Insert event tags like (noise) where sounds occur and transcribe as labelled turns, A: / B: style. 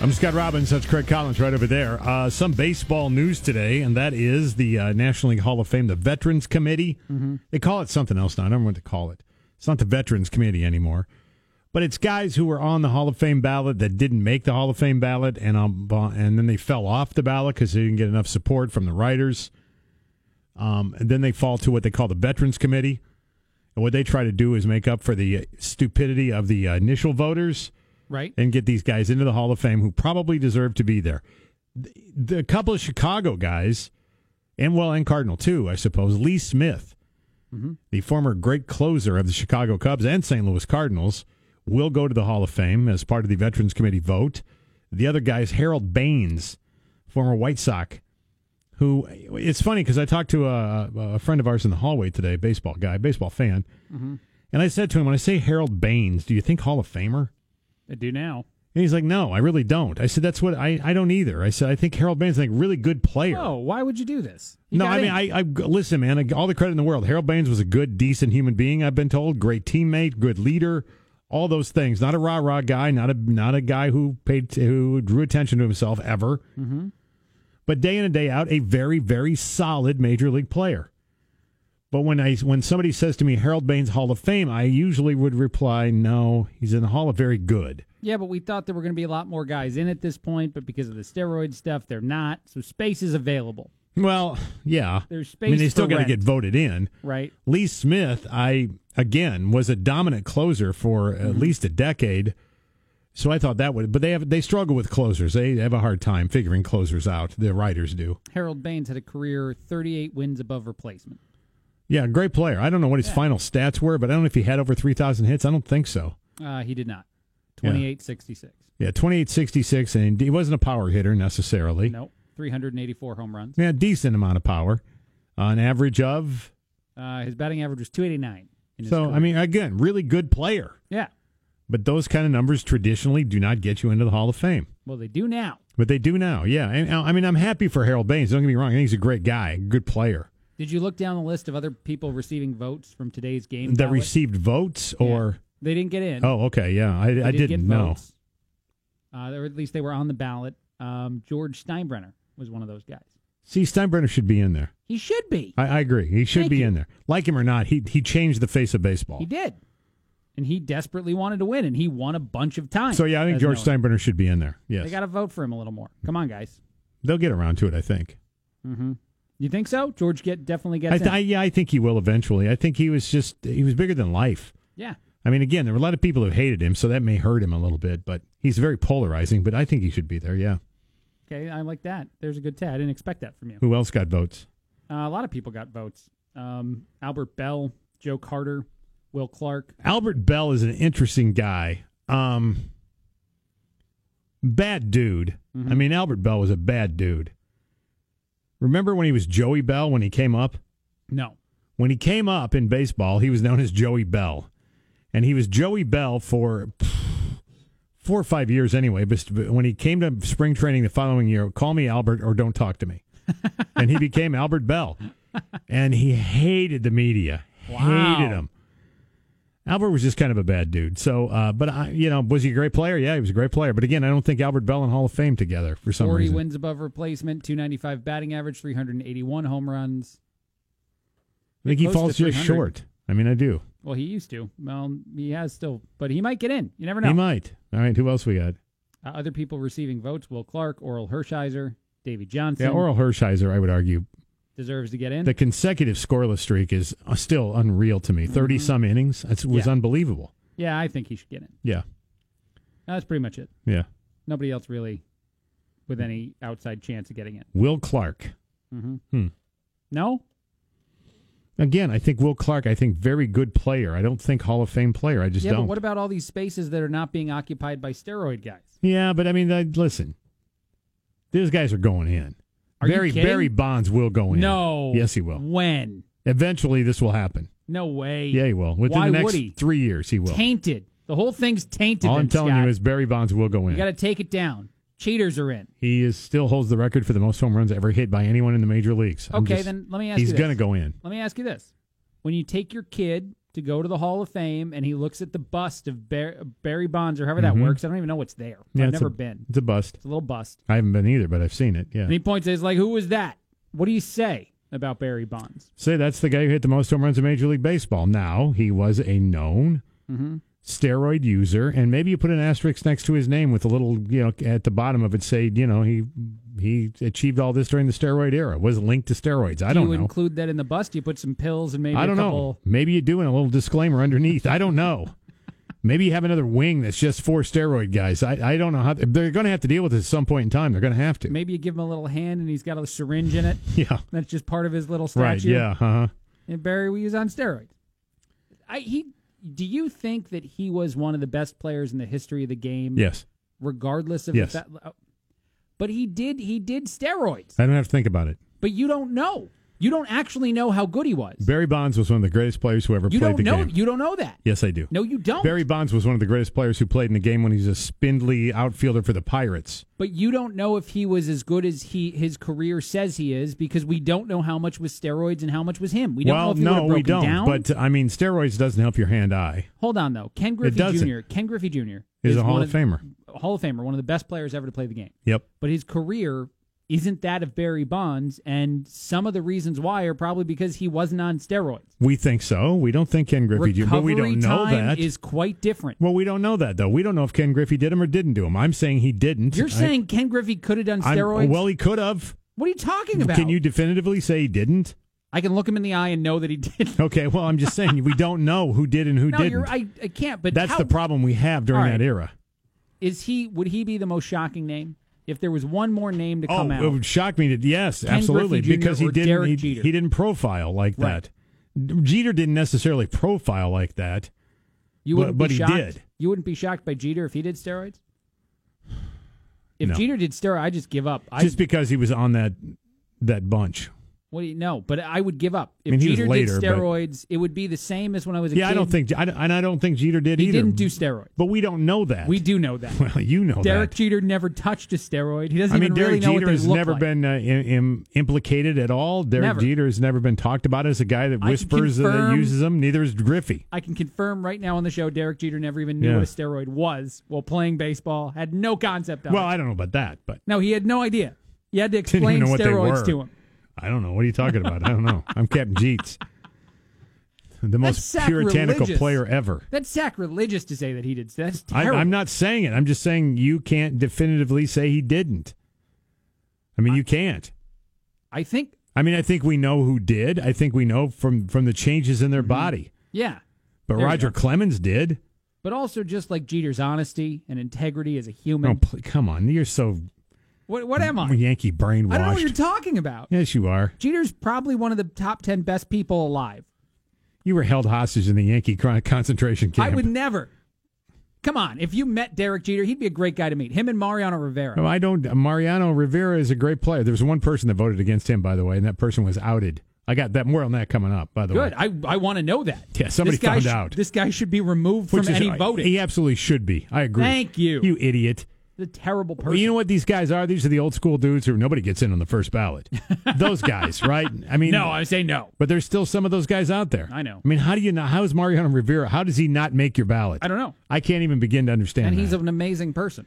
A: I'm Scott Robbins. That's Craig Collins right over there. Uh, some baseball news today, and that is the uh, National League Hall of Fame, the Veterans Committee. They call it something else now. I don't know what to call it. It's not the Veterans Committee anymore, but it's guys who were on the Hall of Fame ballot that didn't make the Hall of Fame ballot, and um, and then they fell off the ballot because they didn't get enough support from the writers. Um, and then they fall to what they call the Veterans Committee. And what they try to do is make up for the stupidity of the uh, initial voters
B: Right?
A: and get these guys into the Hall of Fame who probably deserve to be there. The, the couple of Chicago guys, and well, and Cardinal too, I suppose. Lee Smith, the former great closer of the Chicago Cubs and St. Louis Cardinals, will go to the Hall of Fame as part of the Veterans Committee vote. The other guy is Harold Baines, former White Sox, who it's funny because I talked to a, a friend of ours in the hallway today, baseball guy, baseball fan, and I said to him, when I say Harold Baines, do you think Hall of Famer?
B: I do now.
A: And he's like, no, I really don't. I said, that's what I, I don't either. I said, I think Harold Baines is like a really good player.
B: Oh, why would you do this? He
A: no,
B: got
A: I mean,
B: in.
A: I, I listen, man, I- all the credit in the world. Harold Baines was a good, decent human being, I've been told. Great teammate, good leader, all those things. Not a rah rah guy, not a not a guy who paid who drew attention to himself ever. Mm-hmm. But day in and day out, a very, very solid major league player. But when I when somebody says to me Harold Baines Hall of Fame, I usually would reply, no, he's in the Hall of Very Good.
B: Yeah, but we thought there were going to be a lot more guys in at this point, but because of the steroid stuff, they're not. So space is available,
A: Well, yeah.
B: There's
A: I mean,
B: space
A: they still
B: for
A: got to
B: rent.
A: get voted in.
B: right?
A: Lee Smith, I again was a dominant closer for
B: Mm-hmm.
A: at least a decade. So I thought that would, but they have they struggle with closers. They have a hard time figuring closers out. The writers do.
B: Harold Baines had a career 38 wins above replacement.
A: Yeah, great player. I don't know what his final stats were, but I don't know if he had over three thousand hits. I don't think so.
B: Uh, he did not. 2866.
A: Yeah, twenty eight sixty six, and he wasn't a power hitter necessarily.
B: No, 384 home runs.
A: Yeah, decent amount of power, uh, an average of.
B: Uh, his batting average was 289. In his
A: So
B: career.
A: I mean, again, really good player.
B: yeah.
A: But those kind of numbers traditionally do not get you into the Hall of Fame.
B: Well, they do now.
A: But they do now, yeah. And uh, I mean, I'm happy for Harold Baines. Don't get me wrong; I think he's a great guy, good player
B: Did you look down the list of other people receiving votes from today's game?
A: that
B: ballot?
A: received votes.
B: Yeah.
A: Or
B: they didn't get in.
A: oh, okay, yeah, I,
B: They
A: I
B: did
A: didn't
B: get
A: know.
B: votes. Uh, or at least they were on the ballot. Um, George Steinbrenner was one of those guys.
A: See, Steinbrenner should be in there.
B: He should be.
A: I, I agree; he should
B: Thank
A: be
B: you.
A: in there. Like him or not, he he changed the face of baseball.
B: He did. And he desperately wanted to win, and he won a bunch of times.
A: So yeah, I think
B: as
A: George
B: an owner.
A: Steinbrenner should be in there. Yes,
B: They got to vote for him a little more. Come on, guys. Mm-hmm.
A: they'll get around to it. I think.
B: You think so? George get definitely gets
A: I, th-
B: in.
A: I yeah, I think he will eventually. I think he was just he was bigger than life.
B: yeah.
A: I mean, again, there were a lot of people who hated him, so that may hurt him a little bit. But he's very polarizing. But I think he should be there. Yeah.
B: Okay, I like that. There's a good tad. I didn't expect that from you.
A: Who else got votes?
B: Uh, a lot of people got votes. Um, Albert Bell, Joe Carter, Will Clark.
A: Albert Bell is an interesting guy. Um, bad dude. I mean, Albert Bell was a bad dude. Remember when he was Joey Bell when he came up?
B: No.
A: When he came up in baseball, he was known as Joey Bell. And he was Joey Bell for pff, four or five years anyway. But but when he came to spring training the following year, call me Albert or don't talk to
B: (laughs)
A: me. and he became Albert Bell. And he hated the media,
B: Wow.
A: hated him. Albert was just kind of a bad dude. So, uh, but I, you know, was he a great player? Yeah, he was a great player. But again, I don't think Albert Bell and Hall of Fame together for some
B: 40
A: reason.
B: wins above replacement, 295 batting average, 381 home runs.
A: I think he
B: Close to
A: falls just
B: 300.
A: short. I mean, I do.
B: Well, he used to. Well, he has still, but he might get in. You never know.
A: He might. All right, who else we got?
B: Uh, other people receiving votes Will Clark, Oral Hershiser, Davey Johnson
A: Yeah, Oral Hershiser, I would argue.
B: deserves to get in.
A: The consecutive scoreless streak is uh, still unreal to me. 30 some innings. That was
B: Mm-hmm. Yeah.
A: unbelievable.
B: yeah, I think he should get in.
A: Yeah.
B: That's pretty much it.
A: Yeah.
B: Nobody else really with any outside chance of getting in. Mm-hmm.
A: Will Clark. Hmm.
B: No?
A: Again, I think Will Clark, I think very good player. I don't think Hall of Fame player. I just
B: yeah,
A: don't.
B: but what about all these spaces that are not being occupied by steroid guys?
A: yeah, but I mean, I, listen, these guys are going in.
B: Are you
A: Barry,
B: kidding?
A: Barry Bonds will go in.
B: No.
A: Yes, he will.
B: When?
A: Eventually, this will happen.
B: No way.
A: Yeah, he will. Within
B: Why
A: the next
B: would he?
A: three years, he will.
B: Tainted. The whole thing's tainted.
A: All I'm
B: then,
A: telling
B: Scott.
A: you is Barry Bonds will go in.
B: you got to take it down. Cheaters are in.
A: He is still holds the record for the most home runs ever hit by anyone in the major leagues. I'm
B: Okay,
A: just-
B: then let me ask
A: he's
B: you.
A: gonna
B: this.
A: go in.
B: Let me ask you this: When you take your kid to go to the Hall of Fame, and he looks at the bust of Bar- Barry Bonds or however that
A: Mhm.
B: works. I don't even know what's there.
A: Yeah,
B: I've
A: it's a-
B: never been.
A: It's a bust.
B: It's a little bust.
A: I haven't been either, but I've seen it. Yeah.
B: And he points at it, he's like, who was that? What do you say about Barry Bonds?
A: Say that's the guy who hit the most home runs in Major League Baseball. Now, he was a known
B: Mm-hmm.
A: steroid user, and maybe you put an asterisk next to his name with a little, you know, at the bottom of it, say, you know, he he achieved all this during the steroid era, was linked to steroids. I don't
B: you
A: know.
B: include that in the bust? You put some pills and maybe
A: I don't
B: a couple.
A: know. Maybe you do in a little disclaimer underneath. I don't know. Maybe you have another wing that's just for steroid guys. I, I don't know how they're going to have to deal with this at some point in time. They're going to have to.
B: Maybe you give him a little hand and he's got a syringe in it.
A: (laughs) Yeah.
B: That's just part of his little statue.
A: Right. Yeah. Uh-huh.
B: And Barry we use on steroids. I he do you think that he was one of the best players in the history of the game?
A: Yes.
B: Regardless of
A: Yes.
B: if that but he did he did steroids.
A: I don't have to think about it.
B: But you don't know. You don't actually know how good he was.
A: Barry Bonds was one of the greatest players who ever
B: you
A: played
B: don't
A: the
B: know
A: game.
B: you don't know that.
A: Yes, I do.
B: No, you don't.
A: Barry Bonds was one of the greatest players who played in the game when he's a spindly outfielder for the Pirates.
B: But you don't know if he was as good as he his career says he is because we don't know how much was steroids and how much was him. We don't know
A: well,
B: if he would
A: no,
B: have broken
A: we don't.
B: down.
A: But uh, I mean, steroids doesn't help your hand eye.
B: Hold on though, Ken Griffey
A: doesn't.
B: Jr. Ken Griffey Jr.
A: He's a Hall
B: one
A: of Famer.
B: Hall of Famer, one of the best players ever to play the game.
A: Yep.
B: But his career isn't that of Barry Bonds, and some of the reasons why are probably because he wasn't on steroids.
A: We think so. We don't think Ken Griffey did,
B: Recovery
A: but we don't know
B: time
A: that.
B: is quite different.
A: well, we don't know that though. We don't know if Ken Griffey did him or didn't do him. I'm saying he didn't.
B: You're
A: I-
B: saying Ken Griffey could have done
A: I'm-
B: steroids?
A: well, he could have.
B: what are you talking about?
A: Can you definitively say he didn't?
B: I can look him in the eye and know that he did.
A: Okay. Well, I'm just saying we don't know who did and who
B: no,
A: didn't.
B: you're, I, I can't. But
A: That's
B: how,
A: the problem we have during
B: All right.
A: that era.
B: is he would he be the most shocking name if there was one more name to
A: Oh,
B: come out?
A: it would shock me to yes,
B: Ken
A: absolutely,
B: Griffey Jr.
A: because he
B: or
A: didn't
B: Derek
A: he,
B: Jeter.
A: he didn't profile like
B: Right.
A: that. Jeter didn't necessarily profile like that.
B: you
A: but-
B: wouldn't
A: but
B: be
A: he
B: shocked.
A: did.
B: You wouldn't be shocked by Jeter if he did steroids. If
A: No.
B: Jeter did steroids, I just give up. I
A: just because he was on that that bunch.
B: what do you know? But I would give up. If
A: mean, he was
B: Jeter
A: later,
B: did
A: but-
B: steroids, it would be the same as when I was a
A: Yeah,
B: kid.
A: I don't think I, and I don't think Jeter did
B: he
A: either.
B: didn't do steroids.
A: but we don't know that.
B: We do know that.
A: (laughs) well, you know
B: Derek
A: that.
B: Jeter never touched a steroid. He doesn't
A: I mean,
B: even
A: Derek
B: really know what
A: Jeter
B: they
A: has
B: look
A: never
B: like.
A: been uh, im, im- implicated at all. Derek
B: Never.
A: Jeter has never been talked about as a guy that
B: I can
A: whispers and that
B: confirm-
A: uses them. Neither is Griffey.
B: I can confirm right now on the show, Derek Jeter never even knew
A: Yeah.
B: what a steroid was while playing baseball. Had no concept of
A: Well,
B: it.
A: I don't know about that, but
B: No, he had no idea. You had to
A: even
B: explain
A: know what they
B: steroids
A: were.
B: to him.
A: I don't know. What are you talking about? I don't know. I'm Captain Jeets. The most
B: That's
A: puritanical
B: sacrilegious.
A: player ever.
B: That's sacrilegious to say that he did. That's
A: I,
B: terrible.
A: I'm not saying it. I'm just saying you can't definitively say he didn't. I mean, you can't.
B: I think,
A: I mean, I think we know who did. I think we know from from the changes in their body.
B: yeah.
A: But
B: Mm-hmm. There you
A: Roger
B: go.
A: Clemens did.
B: But also just like Jeter's honesty and integrity as a human.
A: Oh, pl- come on, you're so
B: What, what am I?
A: Yankee brainwashed.
B: I don't know what you're talking about.
A: yes, you are.
B: Jeter's probably one of the top 10 best people alive.
A: You were held hostage in the Yankee con- concentration camp.
B: I would never. Come on. If you met Derek Jeter, he'd be a great guy to meet. Him and Mariano Rivera.
A: No, I don't. Mariano Rivera is a great player. There was one person that voted against him, by the way, and that person was outed. I got that more on that coming up, by the
B: Good.
A: way.
B: I, I want to know that.
A: Yeah, somebody
B: this guy
A: found
B: sh-
A: out.
B: This guy should be removed from any voting.
A: He absolutely should be. I agree.
B: Thank you.
A: You idiot.
B: the terrible person.
A: Well, you know what these guys are? These are the old school dudes who nobody gets in on the first
B: (laughs)
A: ballot. those guys, right? I mean,
B: no, I say no.
A: but there's still some of those guys out there.
B: I know.
A: I mean, how do you not? How is Mariano Rivera? How does he not make your ballot?
B: I don't know.
A: I can't even begin to understand.
B: And he's
A: that.
B: an amazing person.